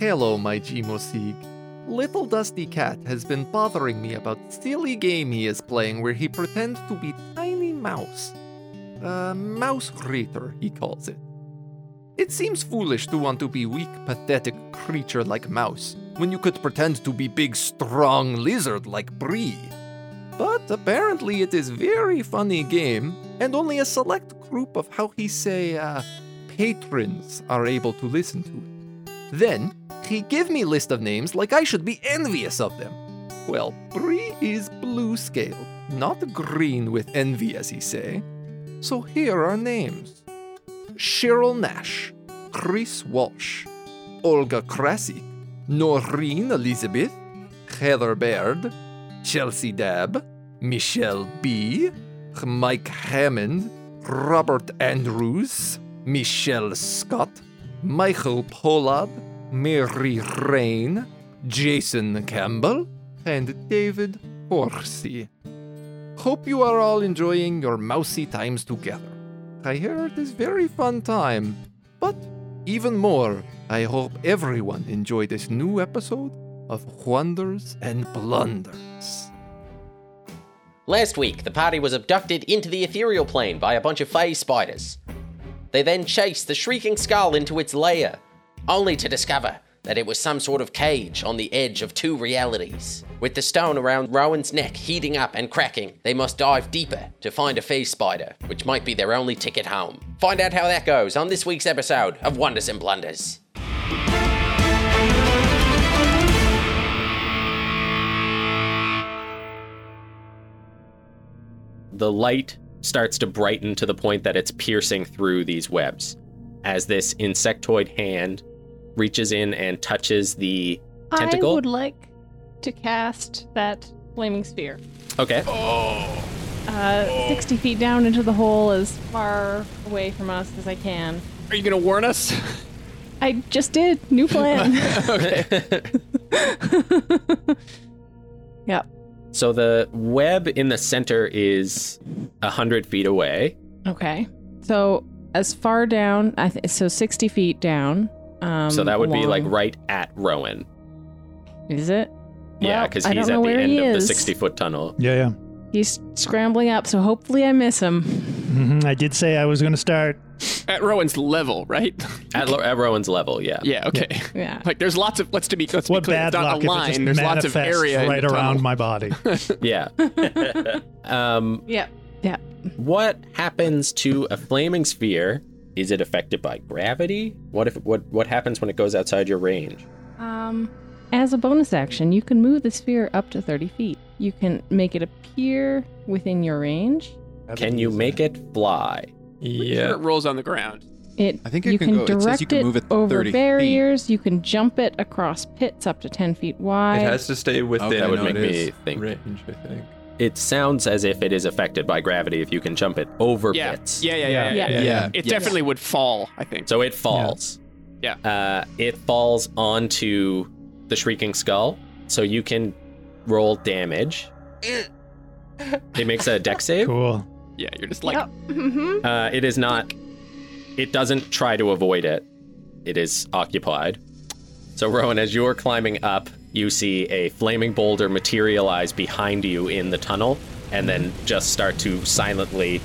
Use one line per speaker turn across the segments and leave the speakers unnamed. Hello, my Gimosig. Little Dusty Cat has been bothering me about silly game he is playing where he pretends to be tiny mouse. Uh, mouse creator, he calls it. It seems foolish to want to be weak, pathetic creature like mouse when you could pretend to be big, strong lizard like Bree. But apparently it is very funny game, and only a select group of how he say uh, patrons are able to listen to it. Then he give me list of names like I should be envious of them. Well, Bree is blue scaled, not green with envy as he say. So here are names. Cheryl Nash, Chris Walsh, Olga Krasik, Noreen Elizabeth, Heather Baird, Chelsea Dabb, Michelle B, Mike Hammond, Robert Andrews, Michelle Scott, Michael Polab, Mary Rain, Jason Campbell, and David Horsey. Hope you are all enjoying your mousy times together. I hear it is very fun time, but even more, I hope everyone enjoy this new episode of Wonders and Blunders.
Last week, the party was abducted into the ethereal plane by a bunch of Fae spiders. They then chased the shrieking skull into its lair, only to discover that it was some sort of cage on the edge of two realities. With the stone around Rowan's neck heating up and cracking, they must dive deeper to find a Fae spider, which might be their only ticket home. Find out how that goes on this week's episode of Wonders and Blunders.
the light starts to brighten to the point that it's piercing through these webs as this insectoid hand reaches in and touches the tentacle.
I would like to cast that flaming sphere.
okay.
Uh, 60 feet down into the hole, as far away from us as I can.
Are you gonna warn us?
I just did. New plan. yep.
So the web in the center is 100 feet away.
Okay. So as far down, I th- so 60 feet down. Um,
so that would be like
along-
right at Rowan.
Is it?
yeah,
Well,
because
I
he's
don't
at
know
the
where
end
he
of the
is.
60 foot tunnel.
Yeah, yeah.
He's scrambling up, so hopefully I miss him.
hmm I did say I was going to start.
At Rowan's level, right?
At, lo- at Rowan's level, yeah.
Yeah. Okay.
Yeah.
Like, there's lots of. Let's to be. Let's
What
be clear.
bad
It's
luck if
not a
it just
line. There's lots of
manifests
area in
right
the
around
tunnel.
my body.
Yeah. um,
Yep. Yep.
What happens to a flaming sphere? Is it affected by gravity? What if what what happens when it goes outside your range?
Um, as a bonus action, you can move the sphere up to 30 feet. You can make it appear within your range.
Can you make it fly?
Sure, it rolls on the ground.
It,
I think it
you
can
can,
go- it says
direct
you can move it
over
30 feet.
barriers. You can jump it across pits up to 10 feet wide.
It has to stay within
Okay,
That would
no,
make
it
me
is.
think.
range, I think.
It sounds as if it is affected by gravity if you can jump it over
Yeah.
pits.
Yeah. Yeah. Yeah. Yeah.
Yeah.
yeah, yeah.
Yeah.
It
Yeah.
definitely would fall. I think.
So it falls.
Yeah.
Uh, it falls onto the shrieking skull. So you can roll damage. it makes a deck save.
Cool.
yeah. You're just like.
Yep. Mhm.
Uh, it is not. It doesn't try to avoid it. It is occupied. So, Rowan, as you're climbing up, you see a flaming boulder materialize behind you in the tunnel and then just start to silently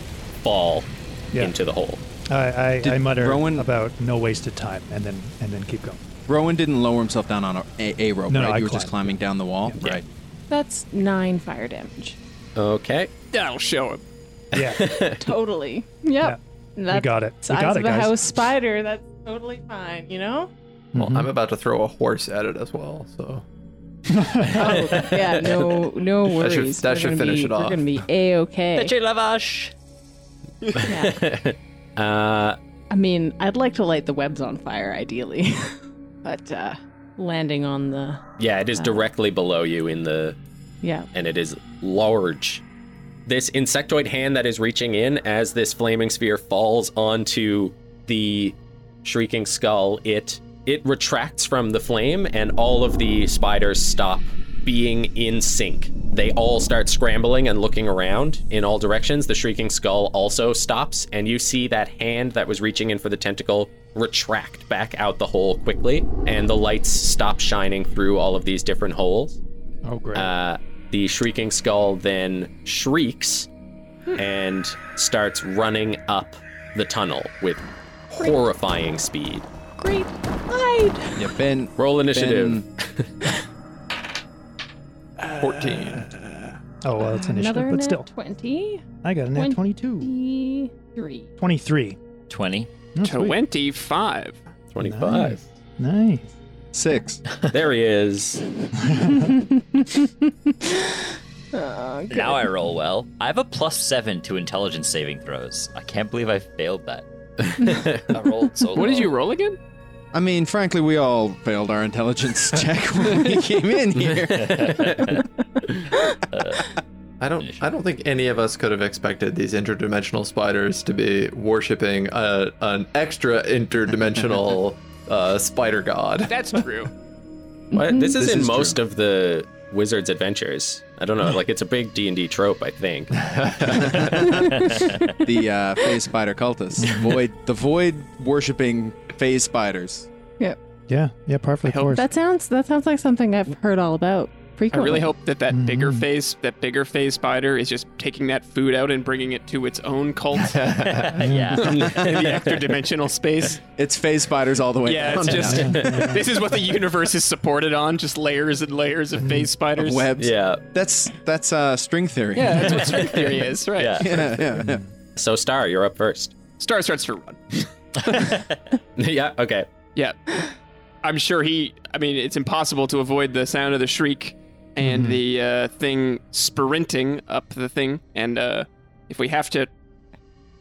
fall
Yeah.
into the hole.
I, I, I
Did
mutter
Rowan-
about no wasted time, and then and then keep going.
Rowan didn't lower himself down on a, a, a rope,
No, no,
right?
I
you were just climbing
climbed.
down the wall, right?
That's nine fire damage.
Okay.
That'll show him.
Yeah,
totally. Yep. That's
got it. We
Size
got
of
it,
a
guys.
house spider. That's totally fine. You know.
Well,
Mm-hmm.
I'm about to throw a horse at it as well, so.
Oh, yeah. No. No
That
worries.
should- that
We're
should
gonna
finish
be-
it
We're
off.
gonna be a okay.
Uh,
I mean, I'd like to light the webs on fire, ideally, but uh, landing on the
yeah, it is directly below you in the
yeah.
and it is large. This insectoid hand that is reaching in as this flaming sphere falls onto the shrieking skull, it it retracts from the flame and all of the spiders stop being in sync. They all start scrambling and looking around in all directions. The shrieking skull also stops and you see that hand that was reaching in for the tentacle retract back out the hole quickly, and the lights stop shining through all of these different holes.
Oh, great.
Uh, the shrieking skull then shrieks and starts running up the tunnel with horrifying speed.
Great hide!
Yeah, Ben.
Roll initiative.
Ben,
14.
oh, well, it's initiative,
Another
but
nat
still.
20.
I got a nat 22.
23.
23.
20.
Oh, sweet.
25.
25.
Nice.
Six.
There he is.
Now I roll well. I have a plus seven to intelligence saving throws. I can't believe I failed that. I rolled so
What did
low.
you roll again?
I mean, frankly, we all failed our intelligence check when we came in here.
Uh,
I don't. I don't think any of us could have expected these interdimensional spiders to be worshiping a, an extra interdimensional uh, spider god.
That's true.
What? This is
This
in
is
most of the wizard's adventures. I don't know. Like it's a big D and D trope, I think.
the uh, phase spider cultists. Void. The void worshipping phase spiders.
Yeah, yeah, par for the course.
That sounds that sounds like something I've heard all about
I
frequently.
really hope that that bigger
Mhm.
phase, that bigger phase spider, is just taking that food out and bringing it to its own cult in
Uh, yeah.
the extra-dimensional space.
It's phase spiders all the way
Yeah,
down.
it's just this is what the universe is supported on, just layers and layers
Mm-hmm.
of phase
Of
spiders.
webs.
yeah.
That's that's uh, string theory.
Yeah, that's what string theory is, right?
Yeah.
yeah, yeah, yeah.
So Star, you're up first.
Star starts to run.
yeah. Okay.
Yeah. I'm sure he, I mean, it's impossible to avoid the sound of the shriek and
Mm-hmm.
the uh, thing sprinting up the thing. And uh, if we have to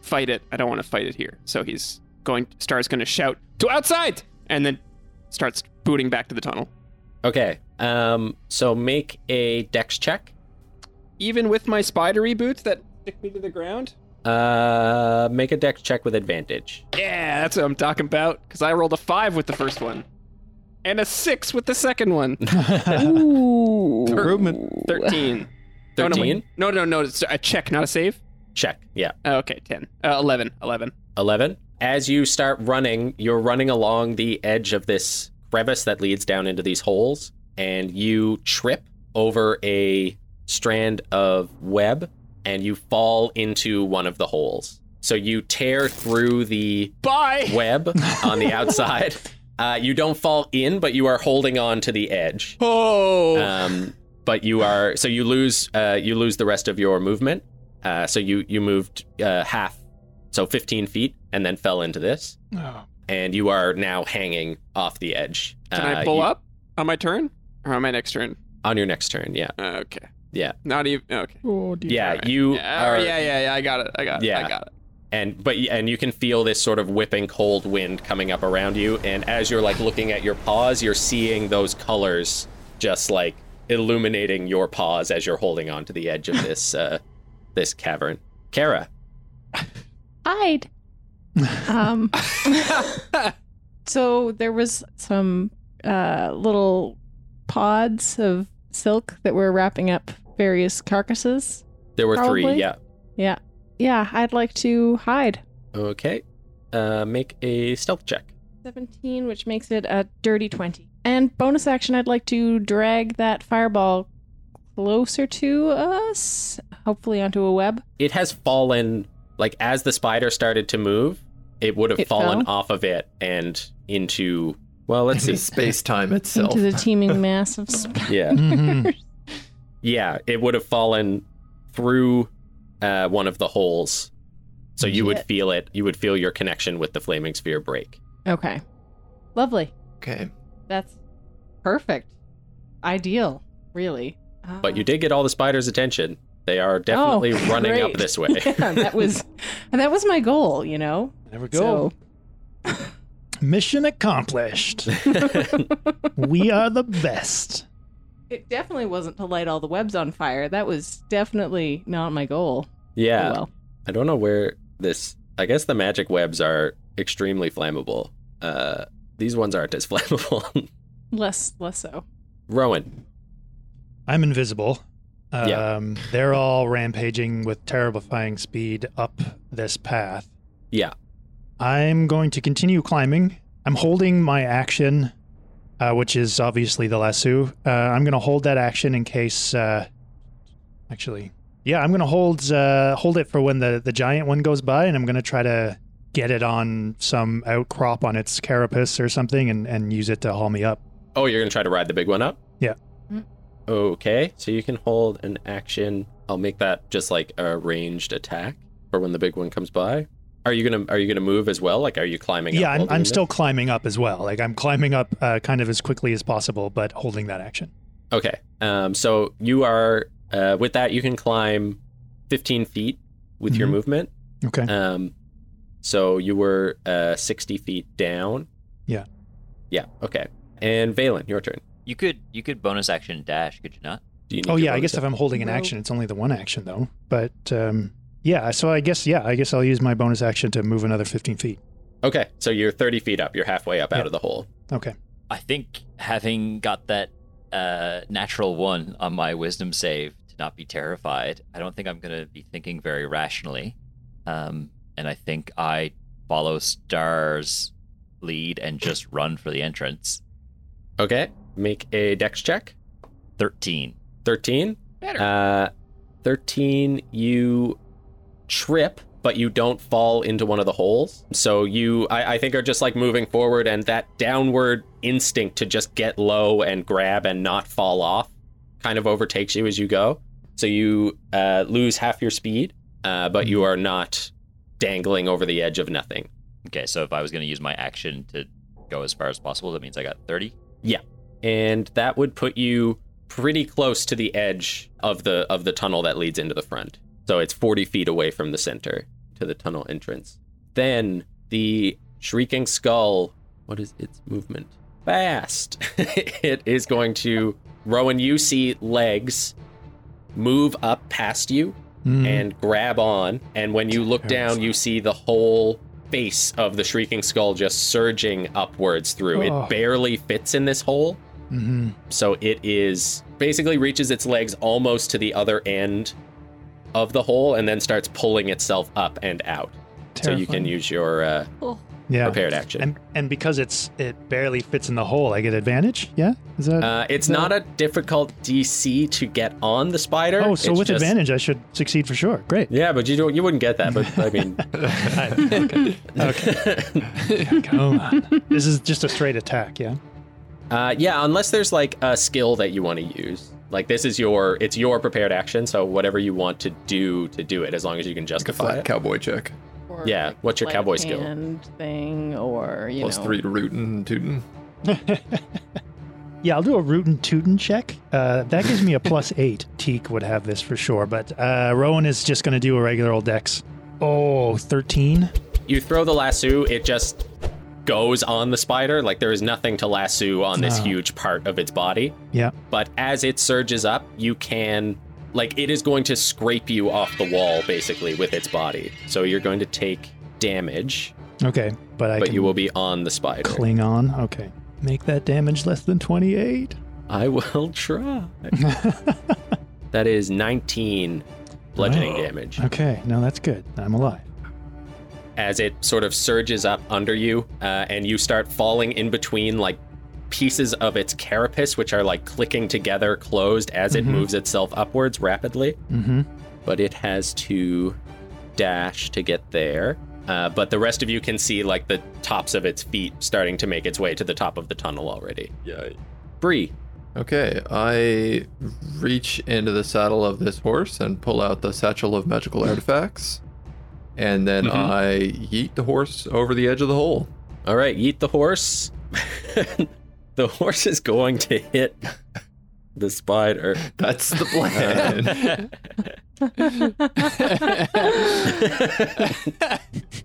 fight it, I don't want to fight it here. So he's going, Star's going to shout, to outside! And then starts booting back to the tunnel.
Okay. Um. So make a dex check.
Even with my spidery boots that stick me to the ground?
Uh. Make a dex check with advantage.
Yeah, that's what I'm talking about. Because I rolled a five with the first one and a six with the second one.
Ooh.
Improvement.
13. Oh, no, wait.
Thirteen.
no, no, no. It's a check, not a save.
check. Yeah.
Oh, okay, 10. Uh, 11. 11.
11. As you start running, you're running along the edge of this crevice that leads down into these holes, and you trip over a strand of web and you fall into one of the holes. So you tear through the
Bye!
web on the outside. Uh, you don't fall in, but you are holding on to the edge.
Oh!
Um, but you are so you lose uh, you lose the rest of your movement. Uh, so you you moved uh, half, so 15 feet, and then fell into this,
Oh.
and you are now hanging off the edge.
Can
Uh,
I pull
you-
up on my turn? Or on my next turn?
on your next turn? Yeah,
Uh, okay.
yeah,
Not even. Okay.
Oh, dear.
yeah.
Alright.
You
Yeah,
are,
yeah, yeah, yeah. I got it. I got it.
Yeah.
I got it.
and but and you can feel this sort of whipping cold wind coming up around you and as you're like looking at your paws you're seeing those colors just like illuminating your paws as you're holding on to the edge of this uh this cavern kara
hide. Um, so there was some uh, little pods of silk that were wrapping up various carcasses.
there were three
Probably.
yeah
Yeah, yeah. I'd like to hide.
okay uh make a stealth check
17, which makes it a dirty 20. And bonus action, I'd like to drag that fireball closer to us, hopefully onto a web.
it has fallen like as the spider started to move it would have
It
fallen
fell?
off of it and into well let's see
Space time itself.
Into the teeming mass of spiders.
yeah
Mhm.
Yeah, it would have fallen through uh, one of the holes. So you would
Shit.
feel it. You would feel your connection with the flaming sphere break.
Okay. Lovely.
Okay.
That's perfect. Ideal, really. Uh,
But you did get all the spiders' attention. They are definitely
oh,
running up
great. Oh,
this way.
yeah, that was that was my goal, you know.
There we go.
So
Mission accomplished. we are the best.
it definitely wasn't to light all the webs on fire. That was definitely not my goal. Oh,
yeah.
well.
I don't know where this. I guess the magic webs are extremely flammable. Uh, these ones aren't as flammable.
Less less so.
Rowan.
I'm invisible. Um,
Yeah.
They're all rampaging with terrifying speed up this path.
Yeah.
I'm going to continue climbing. I'm holding my action, uh, which is obviously the lasso. Uh, I'm going to hold that action in case. Uh, actually, yeah, I'm going to hold uh, hold it for when the the giant one goes by, and I'm going to try to get it on some outcrop on its carapace or something, and and use it to haul me up.
Oh, you're gonna try to ride the big one up?
Yeah.
Mm.
Okay, so you can hold an action. I'll make that just like a ranged attack for when the big one comes by. Are you gonna Are you gonna move as well? Like, are you climbing?
yeah,
up
I'm
while
I'm
doing
still climbing up as well. Like I'm climbing up uh, kind of as quickly as possible, but holding that action.
this? Okay. Um. So you are uh, with that. You can climb 15 feet with your
Mhm.
movement.
Okay.
Um. So you were uh 60 feet down.
Yeah.
Yeah. Okay. And Valen, your turn.
You could you could bonus action dash, could you not?
Do you need
Oh
your
yeah, I
bonus
guess if I'm holding an
No.
action, it's only the one action though. But um, yeah, so I guess yeah, I guess I'll use my bonus action to move another 15 feet.
Okay, so you're 30 feet up. You're halfway up out
Yeah.
of the hole.
Okay.
I think having got that uh, natural one on my wisdom save to not be terrified, I don't think I'm going to be thinking very rationally. Um, and I think I follow Star's lead and just run for the entrance.
Okay, make a dex check.
13.
13. Uh, 13, you trip, but you don't fall into one of the holes. So you, I, I think, are just like moving forward, and that downward instinct to just get low and grab and not fall off kind of overtakes you as you go. So you uh, lose half your speed, uh, but you are not dangling over the edge of nothing.
Okay, so if I was going to use my action to go as far as possible, that means I got 30.
and that would put you pretty close to the edge of the of the tunnel that leads into the front. So it's 40 feet away from the center to the tunnel entrance. Then the shrieking skull. What is its movement? Fast. it is going to Rowan. You see legs move up past you
Mm,
and grab on. And when you look down, you see the whole face of the shrieking skull just surging upwards through.
Oh.
It barely fits in this hole.
mm-hmm.
mhm.
So it is basically reaches its legs almost to the other end of the hole and then starts pulling itself up and out. So you
Terrifying.
can use your uh,
yeah.
prepared action.
And and because it's it barely fits in the hole, I get advantage. Yeah, is that?
Uh, it's
No.
not a difficult DC to get on the spider.
oh, so
It's
with
just-
advantage, I should succeed for sure. Great.
Yeah, but you don't. You wouldn't get that. But I mean,
Come on. this is just a straight attack. Yeah.
uh, yeah, unless there's like a skill that you want to use. Like this is your, it's your prepared action. So whatever you want to do to do it, as long as you can
Like a
justify
flat
it.
cowboy check.
Or,
Yeah, what's your
left
cowboy skill?
hand thing or you
Plus
know.
three to rootin' and tootin'.
Yeah, I'll do a root and tootin check. Uh, that gives me a plus eight. Teak would have this for sure, but uh, Rowan is just going to do a regular old dex. Oh, 13?
you throw the lasso, it just goes on the spider. Like there is nothing to lasso on this
Ah.
Oh.
huge part of its body.
Yeah.
But as it surges up, you can like it is going to scrape you off the wall basically with its body. So you're going to take damage,
Okay, but I
but
can
you will be on the spider.
cling on. Okay. Make that damage less than 28.
I will try. that is 19 bludgeoning damage.
Okay, no, that's good. I'm alive.
as it sort of surges up under you, uh, and you start falling in between like pieces of its carapace, which are like clicking together, closed as it
Mhm.
moves itself upwards rapidly.
Mm-hmm.
But it has to dash to get there. Uh, but the rest of you can see like the tops of its feet starting to make its way to the top of the tunnel already.
Yeah.
Bree,
Okay, I reach into the saddle of this horse and pull out the satchel of magical artifacts. And then
Mhm.
I yeet the horse over the edge of the hole.
Mm-hmm. all right, eat the horse. the horse is going to hit the spider.
That's the plan.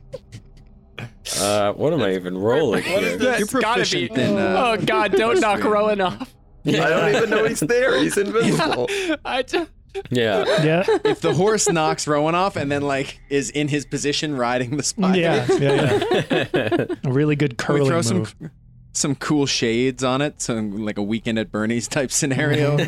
Uh, what am I even rolling
What is
here?
this?
You're
gotta
proficient
be.
in, uh,
oh God! Don't knock
history.
Rowan off.
I don't even know he's there. He's invisible.
I just,
Yeah.
Yeah.
if the horse knocks Rowan off and then like is in his position riding the spider,
yeah, yeah, yeah. A really good
Can we
curling
throw
move.
some some cool shades on it, some like a weekend at Bernie's type scenario.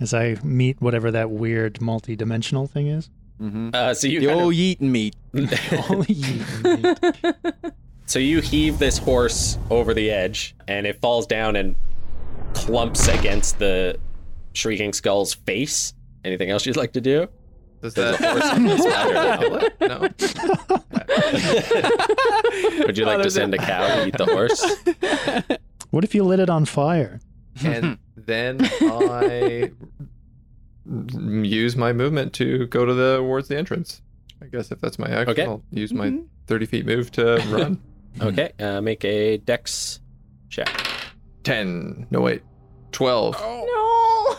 As I meet whatever that weird multi-dimensional thing is.
Mm-hmm.
Uh, so you
The
Oh,
kind of-
old yeetin' meat.
So you heave this horse over the edge, and it falls down and clumps against the shrieking skull's face. Anything else you'd like to do?
Does
There's a
that
horse in the spider.
Oh, what? No.
Would you like to send a cow to eat the horse?
What if you lit it on fire?
And then I m- use my movement to go to the towards the entrance. I guess if that's my action,
Okay.
I'll use
Mm-hmm.
my 30 feet move to run.
Okay, uh, make a dex check.
10. No, wait. 12.
No.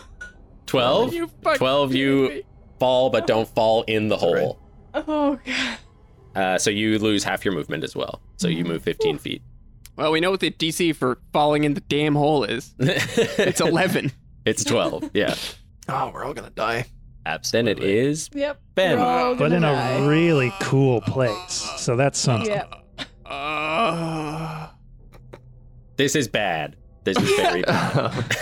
12? 12, you fall, but don't fall in the hole.
Oh god.
Uh, so you lose half your movement as well. So you move 15 feet.
Well, we know what the DC for falling in the damn hole is. It's
it's
11.
It's 12, yeah.
Oh, we're all going to die.
Then
Absolutely.
it is
Yep.
Ben.
We're all
But
gonna
in
die.
a really cool place. So that's something.
Yeah.
Uh,
This is bad. This is very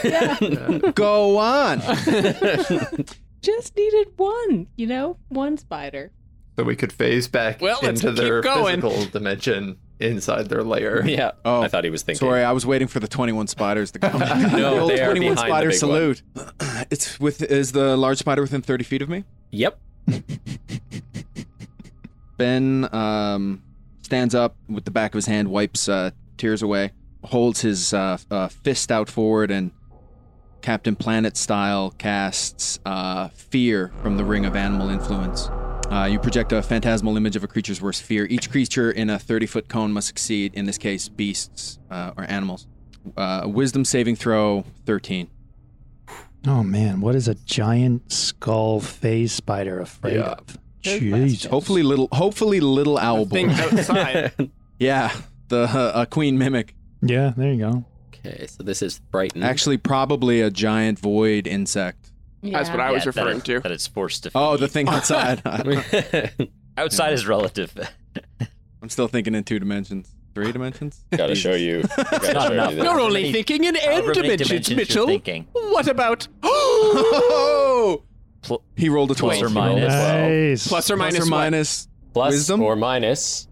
Yeah.
Go on.
bad.
Just needed one. You know, one spider.
So we could phase back
Well, let's
into their
keep going.
physical dimension inside their lair.
yeah.
Oh,
I thought he was thinking.
Sorry, I was waiting for the 21 spiders to come.
No,
the old
they are
21
behind the
spider
big one.
salute. it's with is the large spider within 30 feet of me?
Yep.
Ben um, stands up with the back of his hand, wipes uh, tears away, holds his uh, uh, fist out forward, and Captain Planet style casts uh, fear from the ring of animal influence. Uh, you project a phantasmal image of a creature's worst fear. Each creature in a 30 foot cone must succeed, in this case, beasts uh, or animals. Uh, wisdom saving throw 13.
Oh man, what is a giant skull phase spider afraid
Yeah.
of?
Good
Jesus.
question.
Hopefully, little, hopefully, little owl boy.
thing outside.
yeah, the uh, uh, queen mimic.
Yeah, there you go.
Okay, so this is frightened.
Actually, probably a giant void insect.
That's what I
Yeah,
was
that
referring
it-
to.
That it's forced to.
Oh,
feed.
the thing outside.
Gotta
outside is relative.
I'm still thinking in two dimensions, three dimensions.
show you. Gotta
not
show
enough.
you this.
You're
How
only
many-
thinking in
how
end
many
dimensions,
dimensions you're
Mitchell.
thinking?
What about
Oh!
Pl-
He rolled a
Plus
twelve.
or minus.
Nice.
plus or
Plus
minus
or
one?
minus.
Plus
Wisdom?
or minus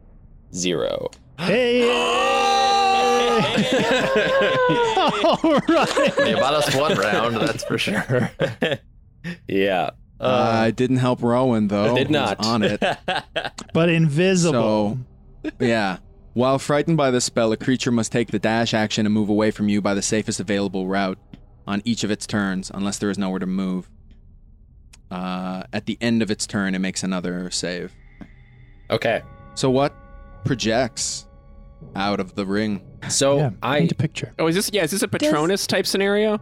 zero.
Hey! All right.
You bought us one round, that's for sure.
yeah.
Uh, I didn't help Rowan though.
Did
He was
not.
on it.
But invisible.
So, yeah. While frightened by the spell, a creature must take the dash action and move away from you by the safest available route on each of its turns, unless there is nowhere to move. Uh, at the end of its turn, it makes another save.
Okay.
So what projects out of the ring?
So
yeah,
I
paint a picture.
Oh, is this yeah? Is this a Patronus type scenario?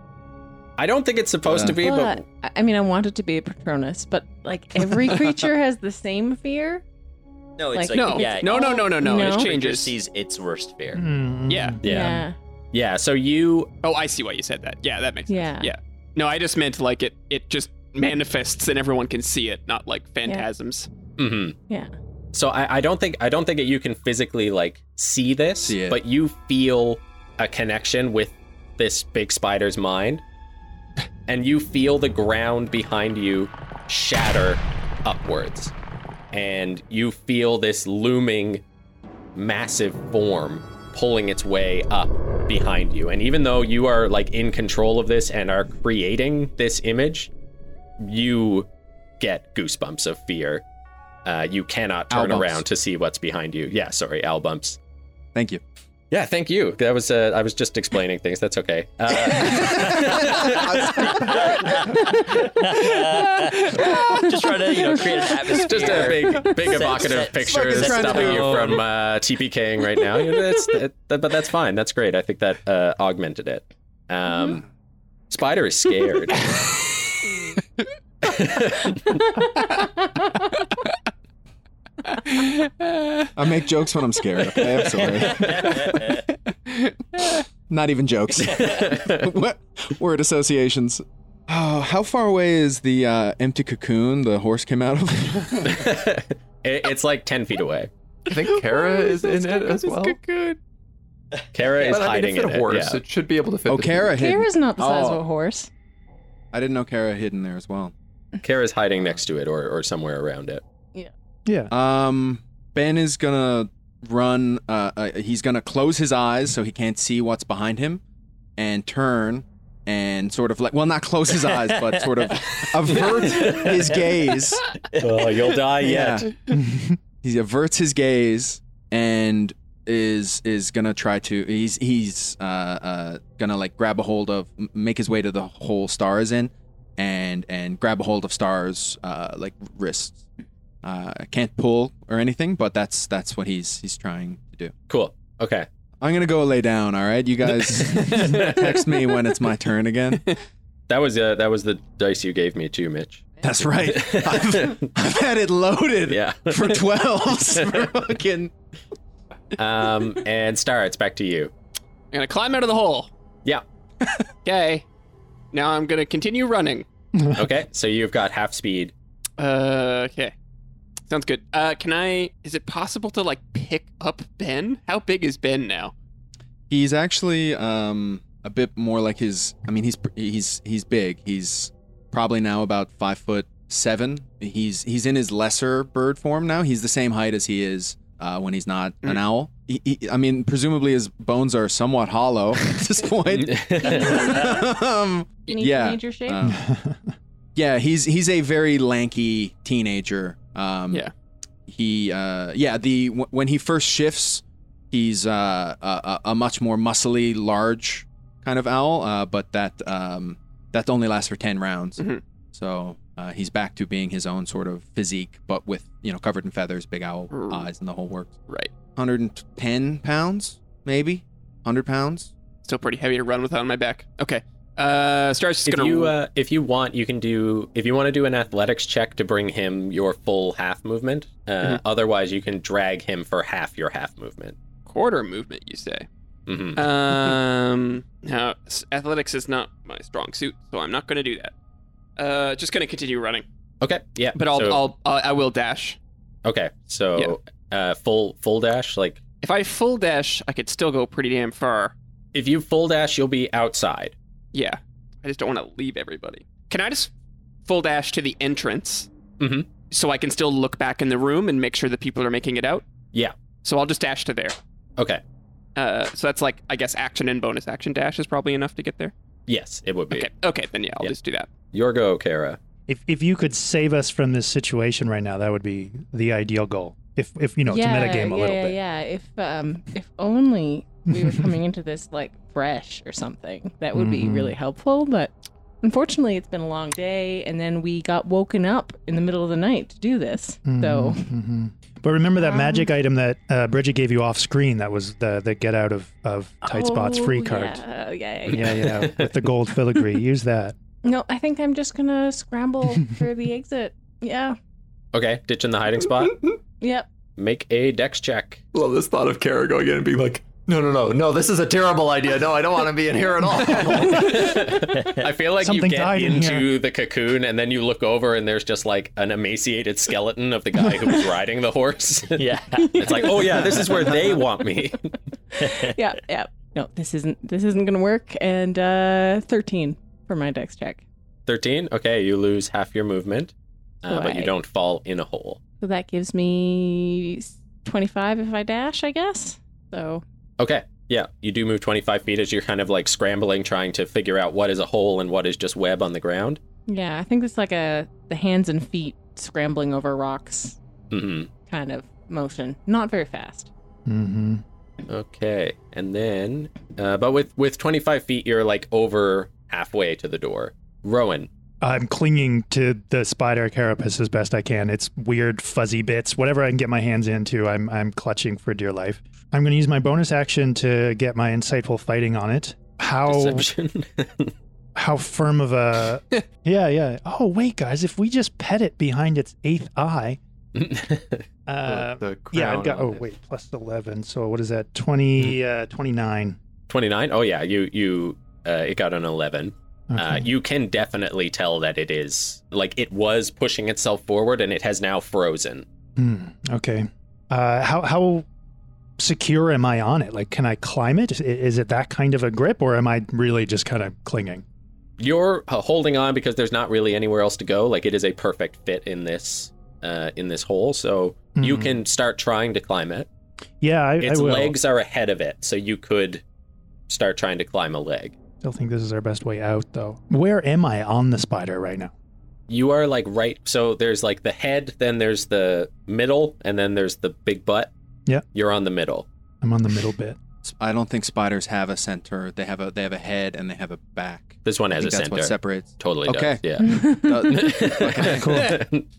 I don't think it's supposed to be, but
But I I mean, I want it to be a Patronus, but like every creature has the same fear.
no,
Like,
it's like,
no.
yeah,
no, no,
all-
no, no, no,
no.
It
creature
changes.
sees its worst fear.
Hmm.
Yeah.
yeah. Yeah, so you
Oh, I see why you said that. Yeah, that makes
Yeah.
sense. Yeah. No, I just meant like it. It just manifests and everyone can see it, not like phantasms.
hmm
Yeah.
So I, I don't think I don't think that you can physically like see this,
See it.
but you feel a connection with this big spider's mind, and you feel the ground behind you shatter upwards, and you feel this looming, massive form pulling its way up behind you. And even though you are like in control of this and are creating this image, you get goosebumps of fear. Uh, you cannot turn
Owl bumps.
around to see what's behind you. Yeah, sorry, owl bumps.
Thank you.
Yeah, thank you. That was uh, I was just explaining things. That's okay. Uh,
just trying to you know create an atmosphere.
just a big, big
Set-
evocative
set-
picture
set
the
stopping you
tone.
from uh, TPKing right now. You know, that's- that- that- but that's fine. That's great. I think that uh, augmented it.
Mm-hmm.
Um, Spider is scared.
I make jokes when I'm scared. Okay, I'm sorry. Not even jokes. what word associations? Oh, how far away is the uh, empty cocoon the horse came out of?
it, it's like ten feet away.
I think Kara Uh, is in it as well.
Kara is
But I mean,
hiding
if it's a
in
horse,
it.
it should be able to fit.
oh,
the
Kara hidden.
Care is not the size
Oh.
of a horse.
I didn't know Kara hidden there as well.
Kara's hiding next to it or, or somewhere around it.
Yeah.
Um, Ben is gonna run. Uh, uh, he's gonna close his eyes so he can't see what's behind him, and turn and sort of like well, not close his eyes, but sort of avert his gaze.
Oh, you'll die
Yeah. he averts his gaze and is is gonna try to he's he's uh uh gonna like grab a hold of m- make his way to the hole star is in and and grab a hold of stars uh like wrists uh can't pull or anything but that's that's what he's he's trying to do
Cool. Okay.
i'm gonna go lay down all right you guys text me when it's my turn again
That was uh, that was the dice you gave me too, Mitch.
that's right i've, I've had it loaded
Yeah.
for 12s for fucking
Um, and Star, it's back to you.
I'm gonna climb out of the hole.
Yeah.
Okay. Now I'm gonna continue running.
Okay. So you've got half speed.
Uh, okay. Sounds good. Uh, can I? Is it possible to like pick up Ben? How big is Ben now?
He's actually um, a bit more like his. I mean, he's he's he's big. He's probably now about five foot seven. He's he's in his lesser bird form now. He's the same height as he is uh, when he's not an owl. He, he, I mean, presumably his bones are somewhat hollow at this point. um,
You need
Yeah,
teenager shape.
um, yeah, he's he's a very lanky teenager. Um,
Yeah.
He uh, yeah the wh- when he first shifts, he's uh, a, a- a much more muscly, large kind of owl. Uh, but that um, that only lasts for ten rounds.
Mm-hmm.
Mhm.
So uh, he's back to being his own sort of physique, but with you know covered in feathers, big owl
Mm.
eyes, and the whole works.
Right.
Hundred and ten pounds, maybe hundred pounds.
Still pretty heavy to run with on my back. Okay. Uh, Star's just
if
gonna.
you uh, if you want, you can do if you want to do an athletics check to bring him your full half movement. Uh,
Mm-hmm.
Otherwise, you can drag him for half your half movement.
quarter movement, you say?
hmm
Um, now s- athletics is not my strong suit, so I'm not gonna do that. Uh, just gonna continue running,
Okay. Yeah.
but I'll,
so-
I'll, I'll I will dash.
Okay. So uh, full full dash like
If I full dash, I could still go pretty damn far.
if you full dash, you'll be outside.
Yeah, I just don't want to leave everybody. Can I just full dash to the entrance,
Mhm.
so I can still look back in the room and make sure that people are making it out?
Yeah.
So I'll just dash to there.
Okay.
Uh, so that's like I guess action and bonus action dash is probably enough to get there.
Yes, it would be.
Okay. Okay, then yeah, I'll
Yeah.
just do that.
Your go, Kara.
If if you could save us from this situation right now, that would be the ideal goal. If if you know to metagame a
yeah,
little
yeah,
bit.
Yeah, if um, if only we were coming into this like fresh or something, that would be
Mhm.
really helpful. But unfortunately, it's been a long day, and then we got woken up in the middle of the night to do this. So
Mhm, mhm. But remember that
Um,
magic item that uh, Bridget gave you off screen. That was the the get out of of tight spots free
Oh,
card.
Yeah, yeah, yeah. yeah.
Yeah, yeah, with the gold filigree. Use that.
No, I think I'm just gonna scramble for the exit. Yeah.
Okay, ditch in the hiding spot.
Yep.
Make a dex check.
Love this thought of Kara going in and being like, no, no, no, no, this is a terrible idea. No, I don't want to be in here at all.
I feel like
Something
you get
died in
into
here.
the cocoon and then you look over and there's just like an emaciated skeleton of the guy who was riding the horse.
Yeah.
It's like, oh yeah, this is where they want me.
Yeah. Yeah. No, this isn't. This isn't gonna work. And uh, 13 for my dex check.
13. Okay, you lose half your movement, uh, but you
Right.
don't fall in a hole.
So that gives me 25 if I dash, I guess. So,
Okay, yeah, you do move 25 feet as you're kind of like scrambling, trying to figure out what is a hole and what is just web on the ground.
yeah, I think it's like a the hands and feet scrambling over rocks
hmm
kind of motion. Not very fast.
hmm
Okay, and then, uh, but with with 25 feet, you're like over halfway to the door. Rowan,
I'm clinging to the spider carapace as best I can. It's weird, fuzzy bits. Whatever I can get my hands into, I'm I'm clutching for dear life. I'm going to use my bonus action to get my insightful fighting on it. How
deception.
how firm of a yeah yeah oh wait guys if we just pet it behind its eighth eye uh,
The
yeah
crown
i've got
on
oh
it.
wait plus 11 so what is that 20 uh 29
29. Oh yeah, you you uh, it got an 11. Uh,
Okay.
you can definitely tell that it is like it was pushing itself forward and it has now frozen.
Hmm, okay uh how how secure am i on it like can i climb it I- is it that kind of a grip or am i really just kind of clinging
you're uh, holding on because there's not really anywhere else to go. Like it is a perfect fit in this uh, in this hole, so you
Mhm.
can start trying to climb it.
Yeah, I, I
Its
will.
legs are ahead of it, so you could start trying to climb a leg.
Still think this is our best way out, though. Where am I on the spider right now?
You are like right. So there's like the head, then there's the middle, and then there's the big butt.
Yeah.
You're on the middle.
I'm on the middle bit.
I don't think spiders have a center. They have a they have a head and they have a back.
This one
I
has
think
a
that's
center.
what separates.
totally
Okay.
does. Yeah.
Uh,
cool.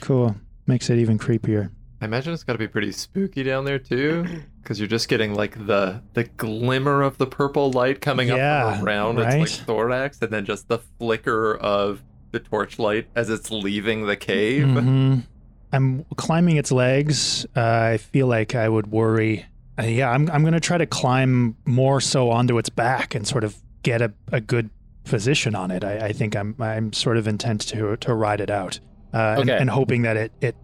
Cool. Makes it even creepier.
I imagine it's got to be pretty spooky down there too, because you're just getting like the the glimmer of the purple light coming up
Yeah,
from around
right?
its like thorax, and then just the flicker of the torchlight as it's leaving the cave.
Mhm. I'm climbing its legs. Uh, I feel like I would worry. Uh, yeah, I'm, I'm going to try to climb more so onto its back and sort of get a, a good position on it. I, I think I'm I'm sort of intent to to ride it out uh, and,
Okay.
and hoping that it, it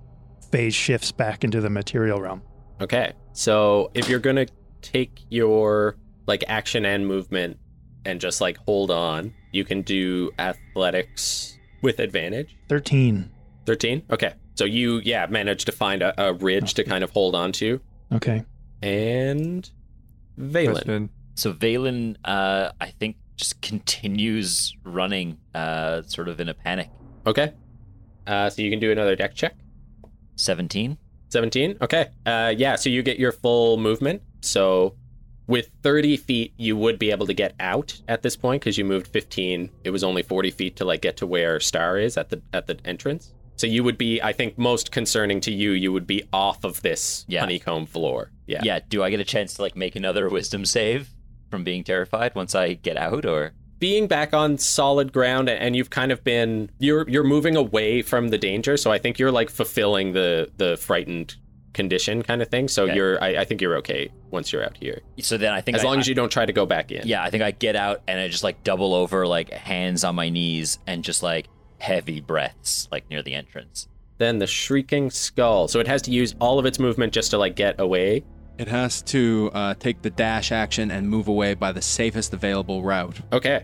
phase shifts back into the material realm.
Okay. So if you're gonna take your like action and movement and just like hold on, you can do athletics with advantage.
13.
Thirteen. Okay. So you yeah managed to find a, a ridge to kind of hold on to,
Okay.
and Valen.
Question.
So Valen, uh, I think, just continues running, uh, sort of in a panic.
Okay. Uh, so you can do another deck check.
17.
17 okay uh yeah so you get your full movement so with 30 feet you would be able to get out at this point because you moved 15 it was only 40 feet to like get to where star is at the at the entrance so you would be i think most concerning to you you would be off of this
Yeah.
honeycomb floor yeah
Yeah. Do I get a chance to like make another wisdom save from being terrified once I get out, or
being back on solid ground and you've kind of been you're you're moving away from the danger so i think you're like fulfilling the the frightened condition kind of thing so
Okay.
you're I, I think you're okay once you're out here
so then I think
as
I-
long as you don't try to go back in.
Yeah, I think I get out and I just like double over, like hands on my knees, and just like heavy breaths, like near the entrance.
Then the shrieking skull. So it has to use all of its movement just to like get away.
it has to uh, take the dash action and move away by the safest available route.
Okay.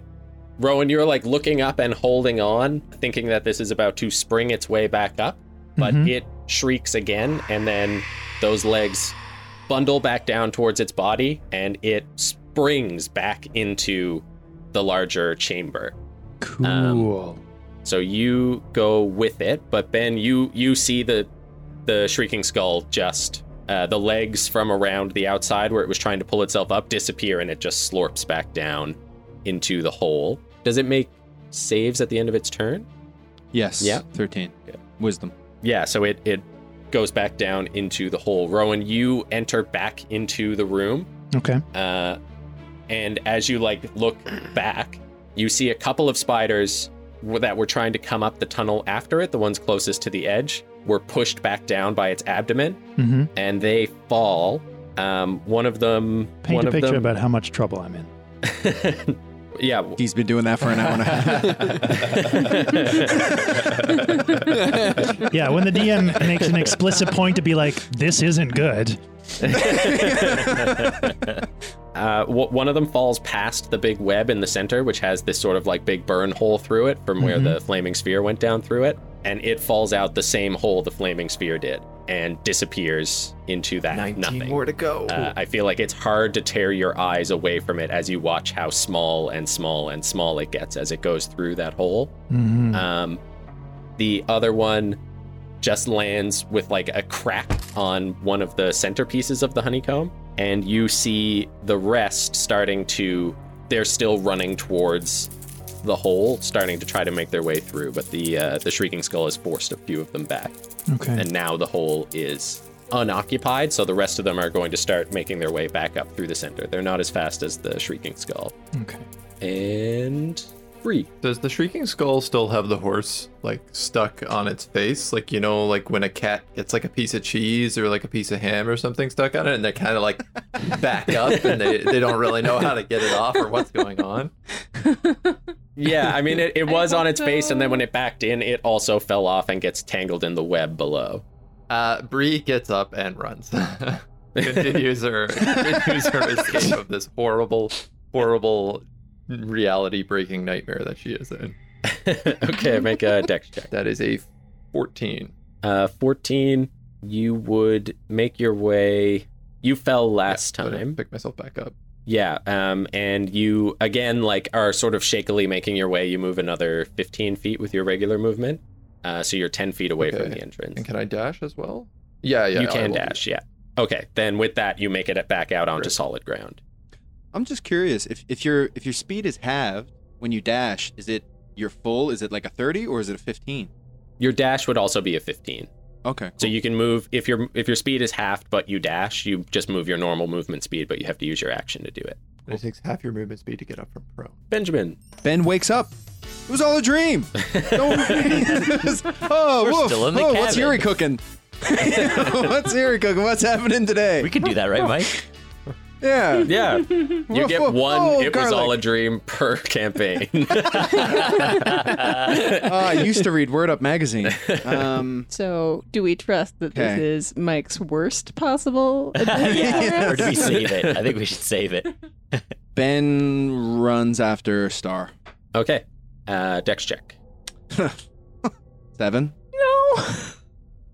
Rowan, you're like looking up and holding on, thinking that this is about to spring its way back up, but
Mm-hmm.
Mhm.
it shrieks again, and then those legs bundle back down towards its body, and it springs back into the larger chamber.
Um,
Cool.
Um, So you go with it, but Ben, you you see the the shrieking skull just uh, the legs from around the outside where it was trying to pull itself up disappear, and it just slurps back down into the hole. Does it make saves at the end of its turn?
Yes.
Yeah.
Thirteen.
Yeah.
Wisdom.
Yeah, so it it goes back down into the hole. Rowan, you enter back into the room.
okay.
Uh, and as you like look back, you see a couple of spiders w- that were trying to come up the tunnel after it. The ones closest to the edge were pushed back down by its abdomen,
Mm-hmm.
and they fall. Um, one of them.
Paint
one
a
of
picture
them,
about how much trouble I'm in.
yeah. w-
He's been doing that for an hour and a half.
Yeah, when the DM makes an explicit point to be like, this isn't good.
Uh, w- one of them falls past the big web in the center, which has this sort of like big burn hole through it from where the flaming sphere went down through it, and it falls out the same hole the flaming sphere did and disappears into that nothing.
to
Oh.
go.
Uh, I feel like it's hard to tear your eyes away from it as you watch how small and small and small it gets as it goes through that hole.
Mm-hmm.
Um, the other one just lands with like a crack on one of the centerpieces of the honeycomb, and you see the rest starting to. They're still running towards the hole, starting to try to make their way through, but the uh, the shrieking skull has forced a few of them back,
okay.
and now the hole is unoccupied. So the rest of them are going to start making their way back up through the center. They're not as fast as the shrieking skull,
okay.
and free.
Does the shrieking skull still have the horse like stuck on its face? Like you know, like when a cat gets like a piece of cheese or like a piece of ham or something stuck on it, and they kind of like back up and they, they don't really know how to get it off or what's going on.
Yeah, I mean, it, it
I
was on
hope
its face, and then
so.
when it backed in, it also fell off and gets tangled in the web below.
Uh, Bree gets up and runs. continues her continues her escape of this horrible, horrible reality breaking nightmare that she is in.
okay, make a dex check.
That is a 14.
Uh, 14, you would make your way. You fell last
Yeah, but I
time.
Pick myself back up.
Yeah, um, and you again like are sort of shakily making your way. You move another fifteen feet with your regular movement, uh, so you're ten feet away from
Okay.
the entrance.
And can I dash as well? Yeah, yeah.
you
I
can
will do
dash, yeah. Okay, then with that you make it back out onto
Great.
solid ground.
I'm just curious if if your if your speed is halved when you dash, is it your full? Is it like a 30 or is it a 15?
Your dash would also be a fifteen,
Okay.
so you can move if your if your speed is halved, but you dash, you just move your normal movement speed, but you have to use your action to do it.
And it takes half your movement speed to get up from prone.
Benjamin,
Ben wakes up. It was all a dream. Don't worry. oh,
We're
woof.
still in the
oh what's
cabin.
Yuri cooking? what's Yuri cooking? What's happening today?
We can do that, right, Mike?
yeah.
yeah, you get
Woof, woof.
one.
Oh,
it was all a
garlic.
dream per campaign.
Uh, I used to read Word Up magazine. Um,
So, do we trust that
Okay.
this is Mike's worst possible adventure? for
yeah. Or
us?
do we save it? I think we should save it.
ben runs after Star.
okay, uh, dex check.
Seven.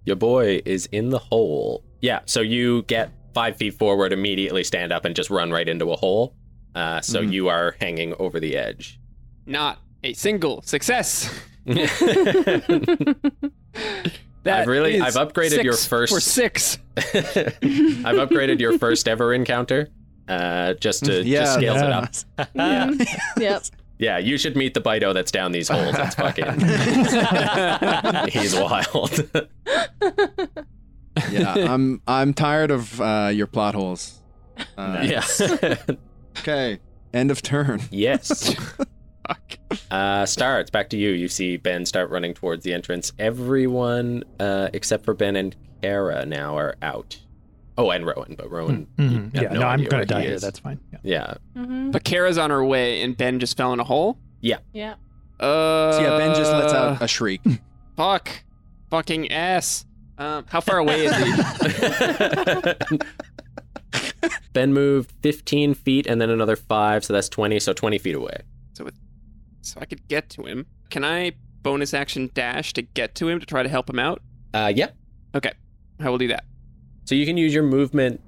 Your boy is in the hole. Yeah, so you get five feet forward, immediately stand up, and just run right into a hole. Uh, so
Mhm.
you are hanging over the edge.
Not a single success.
I've
That
really-
is
I've upgraded
six
your first-
for six.
upgraded your first ever encounter uh, just to
Yeah,
just scales it
yeah.
up.
yep.
Yeah, you should meet the Bido that's down these holes. That's fucking. He's wild.
Yeah, I'm I'm tired of uh, your plot holes. Uh,
yeah.
Okay. End of turn.
yes.
Fuck.
Uh, Star, it's back to you. You see Ben start running towards the entrance. Everyone uh, except for Ben and Kara now are out. Oh, and Rowan, but Rowan.
Mhm.
you have
Yeah, no, I'm
idea
gonna
where
die
he
here.
is.
That's fine. Yeah.
Yeah.
Mm-hmm.
But Kara's on her way, and Ben just fell in a hole.
Yeah.
Uh.
So yeah, Ben just lets out a shriek.
Fuck. Fucking ass. Um, how far away is he?
ben moved 15 feet and then another five, so that's 20, so 20 feet away.
so I could get to him. Can I bonus action dash to get to him to try to help him out?
Uh, yep.
I will do that.
So you can use your movement,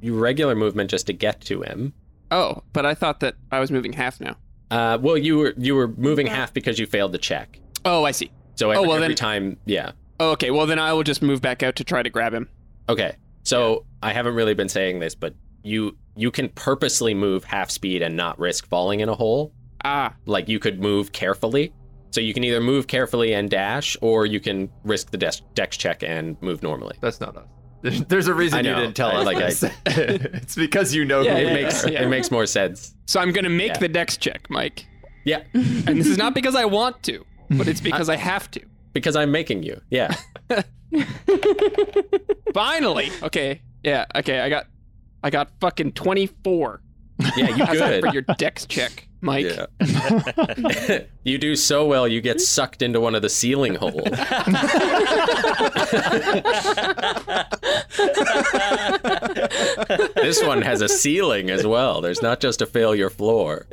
your regular movement, just to get to him.
Oh, but I thought that I was moving half now.
Uh, well, you were you were moving half because you failed the check.
Oh, I see.
So every,
Oh, well,
every
then-
time, yeah.
Oh, okay, well then I will just move back out to try to grab him.
Okay. So I haven't really been saying this, but you you can purposely move half speed and not risk falling in a hole.
Ah,
Like you could move carefully. So you can either move carefully and dash, or you can risk the dex, dex check and move normally.
That's not us. There's- There's a reason
I
you
know.
didn't tell
I-
us.
like I-
this.
Uh-huh.
it's because you know
Yeah,
who
it
yeah,
makes
yeah.
it makes more sense.
so I'm gonna make
Yeah.
the dex check, Mike.
Yeah,
And this is not because I want to, but it's because I have to.
because I'm making you. Yeah.
Finally. Okay. Yeah. Okay. I got, I got fucking 24.
Yeah, you
How's that
good.
for your dex check, Mike?
Yeah. you do so well, you get sucked into one of the ceiling holes. this one has a ceiling as well. There's not just a failure floor.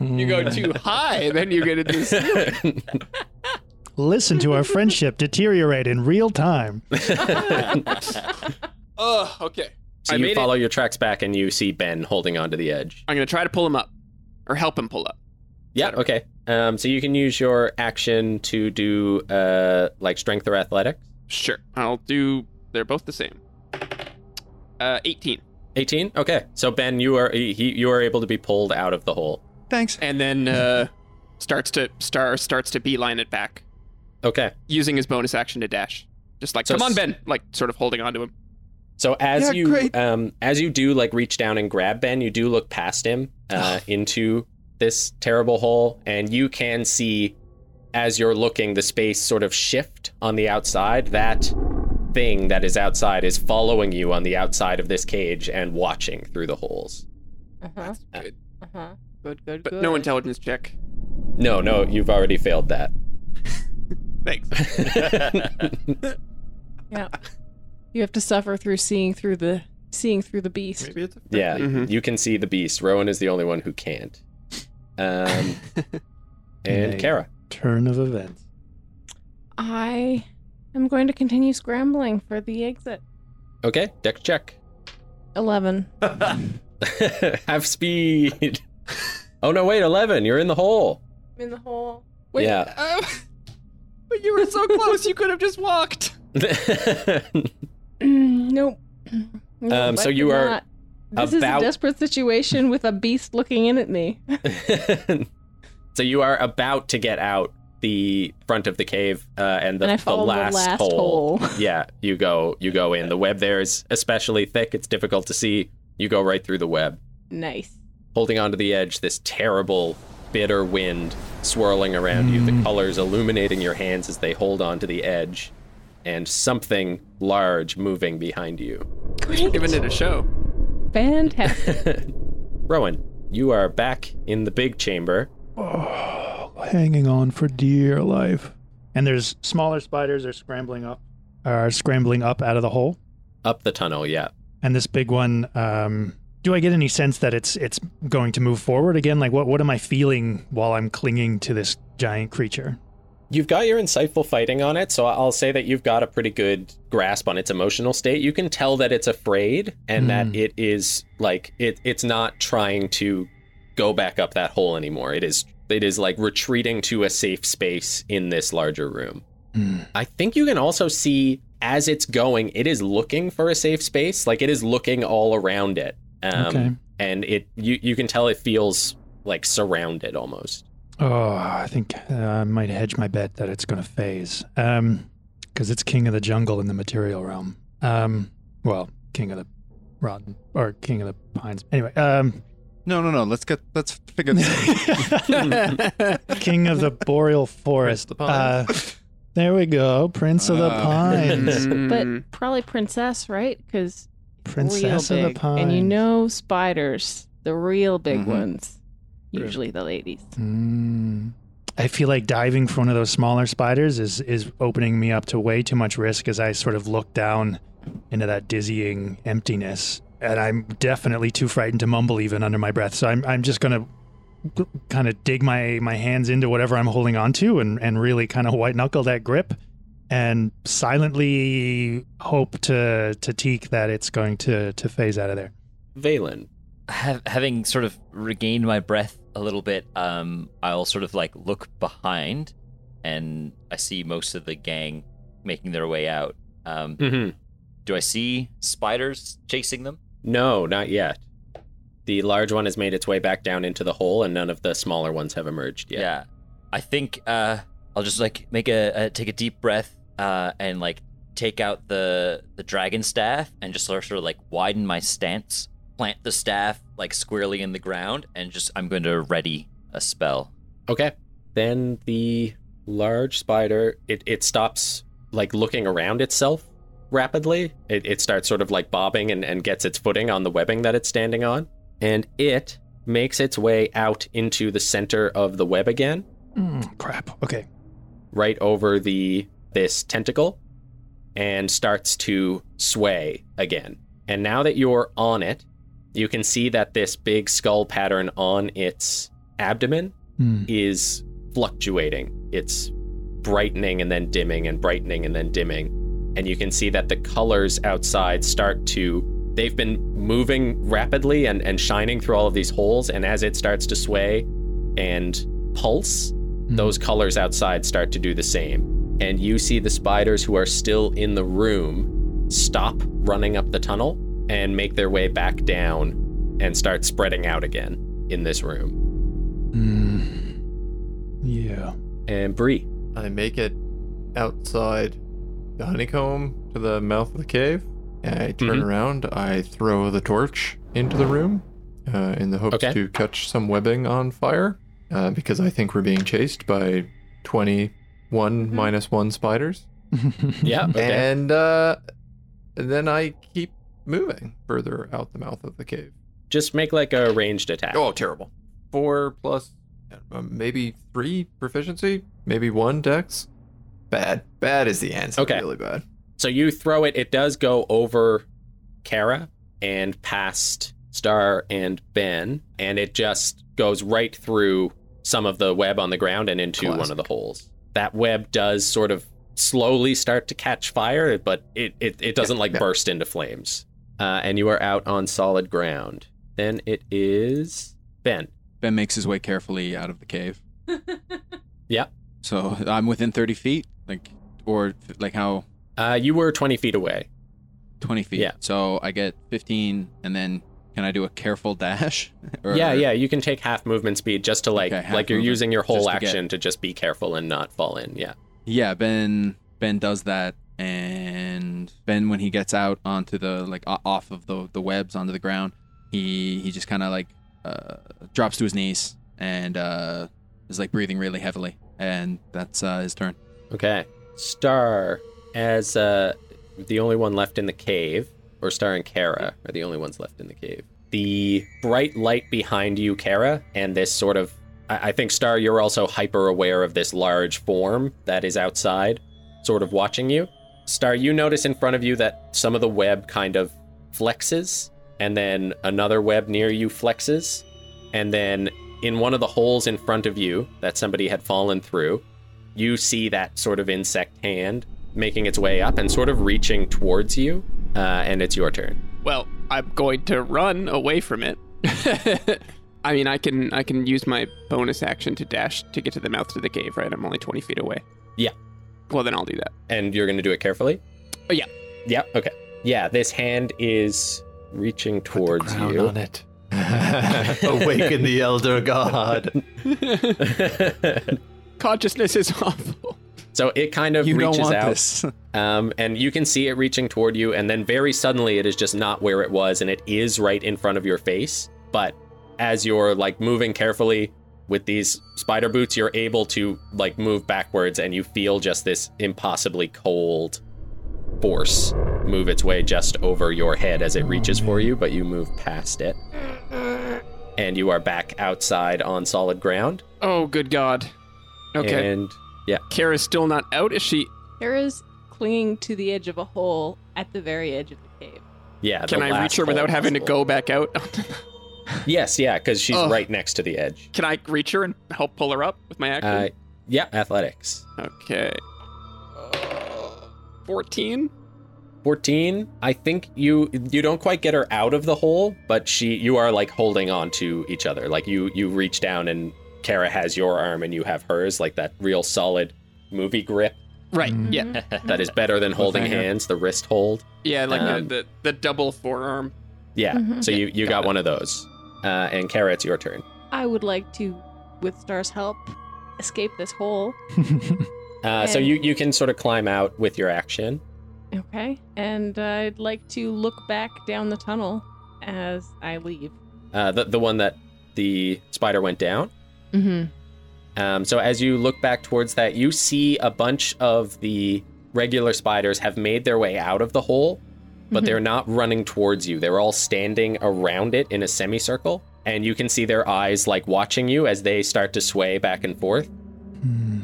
You go too high, then you get into. this-
Listen to our friendship deteriorate in real time.
Oh, okay.
So
I made
you
it.
follow your tracks back and you see Ben holding onto the edge.
I'm gonna try to pull him up, or help him pull up.
Yeah, okay. Um, so you can use your action to do uh, like strength or athletics.
Sure. I'll do. They're both the same. Uh, 18.
18? Okay. So Ben, you are he, he- you are able to be pulled out of the hole.
Thanks.
And then uh, starts to star starts to beeline it back
Okay.
using his bonus action to dash. Just like
So
come on,
s-
Ben. Like sort of holding onto him.
So as
Yeah,
you
great.
um as you do like reach down and grab Ben, you do look past him
Ah.
uh, into this terrible hole, and you can see as you're looking the space sort of shift on the outside. That thing that is outside is following you on the outside of this cage and watching through the holes.
Uh-huh.
good.
Uh-huh.
Good, good, But no intelligence check.
No, no, you've already failed that.
Thanks.
Yeah. You have to suffer through seeing through the seeing through the beast.
Maybe it's a
Mm-hmm.
Yeah,
Mhm.
you can see the beast. Rowan is the only one who can't. Um, and
Nay.
Kara.
Turn of events.
I am going to continue scrambling for the exit.
Okay, deck check.
11.
Have speed. Oh no, wait, eleven. You're in the hole.
I'm in the hole.
Wait,
Yeah.
um, but you were so close, you could have just walked.
Mm, nope. No,
Um, so
I
you
did
are
not. This is a
about-
desperate situation with a beast looking in at me.
so you are about to get out the front of the cave, uh, and the,
and I
the,
follow
last
the last
hole.
hole.
yeah, you go you go in. The web there is especially thick. It's difficult to see. You go right through the web.
nice.
holding onto the edge, this terrible, bitter wind swirling around you, the colors illuminating your hands as they hold onto the edge, and something large moving behind you.
Giving it a show.
Fantastic.
Rowan, you are back in the big chamber.
Hanging on for dear life. And there's smaller spiders are scrambling up, are scrambling up out of the hole.
Up the tunnel, yeah.
And this big one, um, do I get any sense that it's it's going to move forward again? Like what what am I feeling while I'm clinging to this giant creature?
You've got your insightful fighting on it, so I'll say that you've got a pretty good grasp on its emotional state. You can tell that it's afraid and that it is like it it's not trying to go back up that hole anymore. It is it is like retreating to a safe space in this larger room. I think you can also see as it's going, it is looking for a safe space. Like it is looking all around it. Um,
Okay.
and it you you can tell it feels like surrounded almost.
Oh, I think uh, I might hedge my bet that it's going to phase. Um, because it's king of the jungle in the material realm. Um, well, king of the rotten or king of the pines. Anyway, um,
No, no, no. Let's get let's figure this out.
king of the boreal forest.
of the Pines.
Uh, there we go, prince of the
Ah.
pines.
Mm.
but probably princess, right? Because
Princess
real
of the
big. And you
Pines.
know spiders, the real big
Mm-hmm.
Mhm.
ones, usually the ladies.
Mm. I feel like diving for one of those smaller spiders is is opening me up to way too much risk as I sort of look down into that dizzying emptiness. And I'm definitely too frightened to mumble even under my breath. So I'm I'm just gonna kind of dig my my hands into whatever I'm holding onto and and really kind of white knuckle that grip and silently hope to to teak that it's going to to phase out of there.
Valen.
Have, having sort of regained my breath a little bit, um, I'll sort of like look behind, and I see most of the gang making their way out. Um,
Mm-hmm.
do I see spiders chasing them?
No, not yet. The large one has made its way back down into the hole, and none of the smaller ones have emerged yet.
I think uh, I'll just like make a, a take a deep breath uh, and like take out the the dragon staff and just sort of, sort of like widen my stance, plant the staff like squarely in the ground, and just I'm going to ready a spell.
Okay. Then the large spider it, it stops like looking around itself rapidly. It, it starts sort of like bobbing and, and gets its footing on the webbing that it's standing on. And it makes its way out into the center of the web again,
Mm, crap. Okay.
right over the this tentacle, and starts to sway again. And now that you're on it, you can see that this big skull pattern on its abdomen
Mm.
is fluctuating. It's brightening and then dimming and brightening and then dimming. And you can see that the colors outside start to they've been moving rapidly and, and shining through all of these holes, and as it starts to sway and pulse, those colors outside start to do the same. And you see the spiders who are still in the room stop running up the tunnel and make their way back down and start spreading out again in this room.
Hmm.
Mm. Yeah.
And Bree.
I make it outside the honeycomb to the mouth of the cave. And I turn
Mhm.
around. I throw the torch into the room uh, in the hopes
Okay.
to catch some webbing on fire uh, because I think we're being chased by 21
Mm-hmm.
minus 1 spiders.
Yeah. Okay.
And uh, then I keep moving further out the mouth of the cave.
Just make like a ranged attack.
Oh, terrible. Four plus, uh, maybe three proficiency, maybe one dex. Bad. Bad is the answer.
Okay.
Really bad.
So you throw it, it does go over Kara and past Star and Ben, and it just goes right through some of the web on the ground and into one
Classic.
of the holes. That web does sort of slowly start to catch fire, but it, it, it doesn't like
yeah.
burst into flames. Uh, and you are out on solid ground. Then it is Ben.
Ben makes his way carefully out of the cave.
Yeah.
So I'm within 30 feet, like, or like how
Uh, you were 20 feet away.
20 feet.
Yeah.
So I get 15, and then can I do a careful dash? Or-
yeah, yeah. You can take half movement speed just to like,
Okay, half
like you're
movement,
using your whole
just to get-
action to just be careful and not fall in. Yeah.
Yeah, Ben Ben does that and Ben when he gets out onto the like o- off of the the webs onto the ground, he he just kind of like uh drops to his knees and uh is like breathing really heavily and that's uh his turn.
Okay. Star as uh, the only one left in the cave, or Star and Kara are the only ones left in the cave. The bright light behind you, Kara, and this sort of. I, I think, Star, you're also hyper aware of this large form that is outside, sort of watching you. Star, you notice in front of you that some of the web kind of flexes, and then another web near you flexes, and then in one of the holes in front of you that somebody had fallen through, you see that sort of insect hand making its way up and sort of reaching towards you, uh, and it's your turn.
Well, I'm going to run away from it. I mean, I can I can use my bonus action to dash to get to the mouth to the cave, right? I'm only 20 feet away.
Yeah.
Well, then I'll do that.
And you're going to do it carefully?
Oh, yeah.
Yeah, okay. Yeah, this hand is reaching towards
Crown
you.
on it. Awaken the elder god.
Consciousness is awful.
so it kind of
You
reaches
don't want
out.
this.
Um, and you can see it reaching toward you, and then very suddenly it is just not where it was, and it is right in front of your face. But as you're like moving carefully with these spider boots, you're able to like move backwards, and you feel just this impossibly cold force move its way just over your head as
Oh,
it reaches for you, but you move past it. And you are back outside on solid ground.
Oh, good God. Okay.
And
Kara's still not out. Is she?
Kara's clinging to the edge of a hole at the very edge of the cave.
yeah, the
Can I
last
reach her
hole
without having to
possible.
go back out?
Yes, yeah, because she's
Ugh.
right next to the edge.
can I reach her and help pull her up with my
Uh,
action?
yeah, athletics.
okay. 14?
14. I think you you don't quite get her out of the hole, but she you are like holding on to each other. Like you you reach down and Kara has your arm and you have hers, like that real solid movie grip
Right.
Mm.
Yeah.
that is better than holding
Cliffhanger.
hands, the wrist hold.
Yeah, like
Um,
the, the the double forearm.
Yeah.
Mhm.
So you you
Got
got, one of those. Uh, and Kara, it's your turn.
I would like to, with Star's help, escape this hole.
Uh, so
Okay.
you you can sort of climb out with your action.
Okay. And I'd like to look back down the tunnel as I leave.
Uh, the the one that the spider went down.
Mm-hmm.
Um, so as you look back towards that, you see a bunch of the regular spiders have made their way out of the hole, but
Mhm.
they're not running towards you. They're all standing around it in a semicircle, and you can see their eyes like watching you as they start to sway back and forth.
Hmm.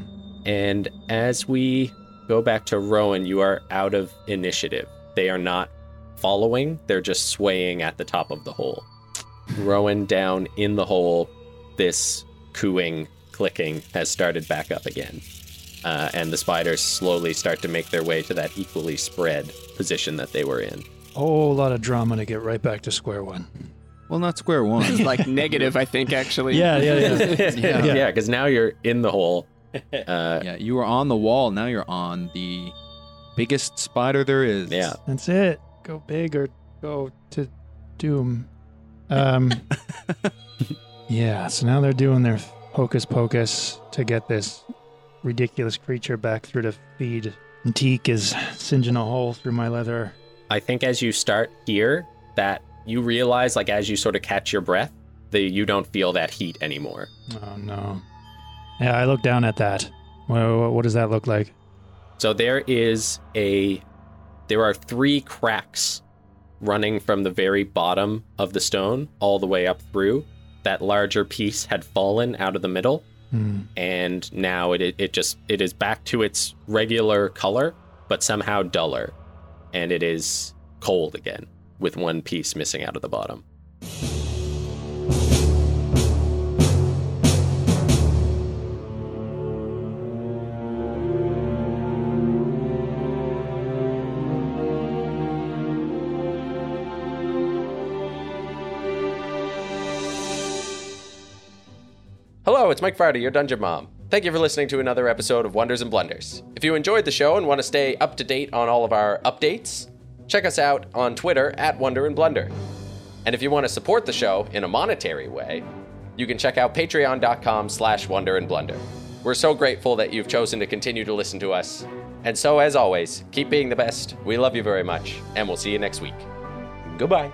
And as we go back to Rowan, you are out of initiative. They are not following, they're just swaying at the top of the hole. Rowan down in the hole, this cooing, clicking has started back up again. Uh, and the spiders slowly start to make their way to that equally spread position that they were in.
Whole lot of drama to get right back to square one.
Well, not square one.
This is like negative, I think, actually.
Yeah, yeah, yeah.
Yeah.
yeah, because now you're in the hole. Uh,
yeah, you were on the wall, now you're on the biggest spider there is.
Yeah.
That's it. Go big or go to doom. Um. yeah. So now they're doing their hocus pocus to get this ridiculous creature back through the feed. And Teak is singeing a hole through my leather.
I think as you start here, that you realize, like, as you sort of catch your breath, that you don't feel that heat anymore.
Oh no. Yeah, I look down at that. What, what, what does that look like?
So there is a, there are three cracks running from the very bottom of the stone all the way up through. That larger piece had fallen out of the middle,
Hmm.
and now it it just it is back to its regular color, but somehow duller, and it is cold again with one piece missing out of the bottom. Hello, it's Mike Friday, your Dungeon Mom. Thank you for listening to another episode of Wonders and Blunders. If you enjoyed the show and want to stay up to date on all of our updates, check us out on Twitter at Wonder and Blunder. And if you want to support the show in a monetary way, you can check out patreon.com slash wonder and blunder. We're so grateful that you've chosen to continue to listen to us. And so, as always, keep being the best. We love you very much, and we'll see you next week. Goodbye.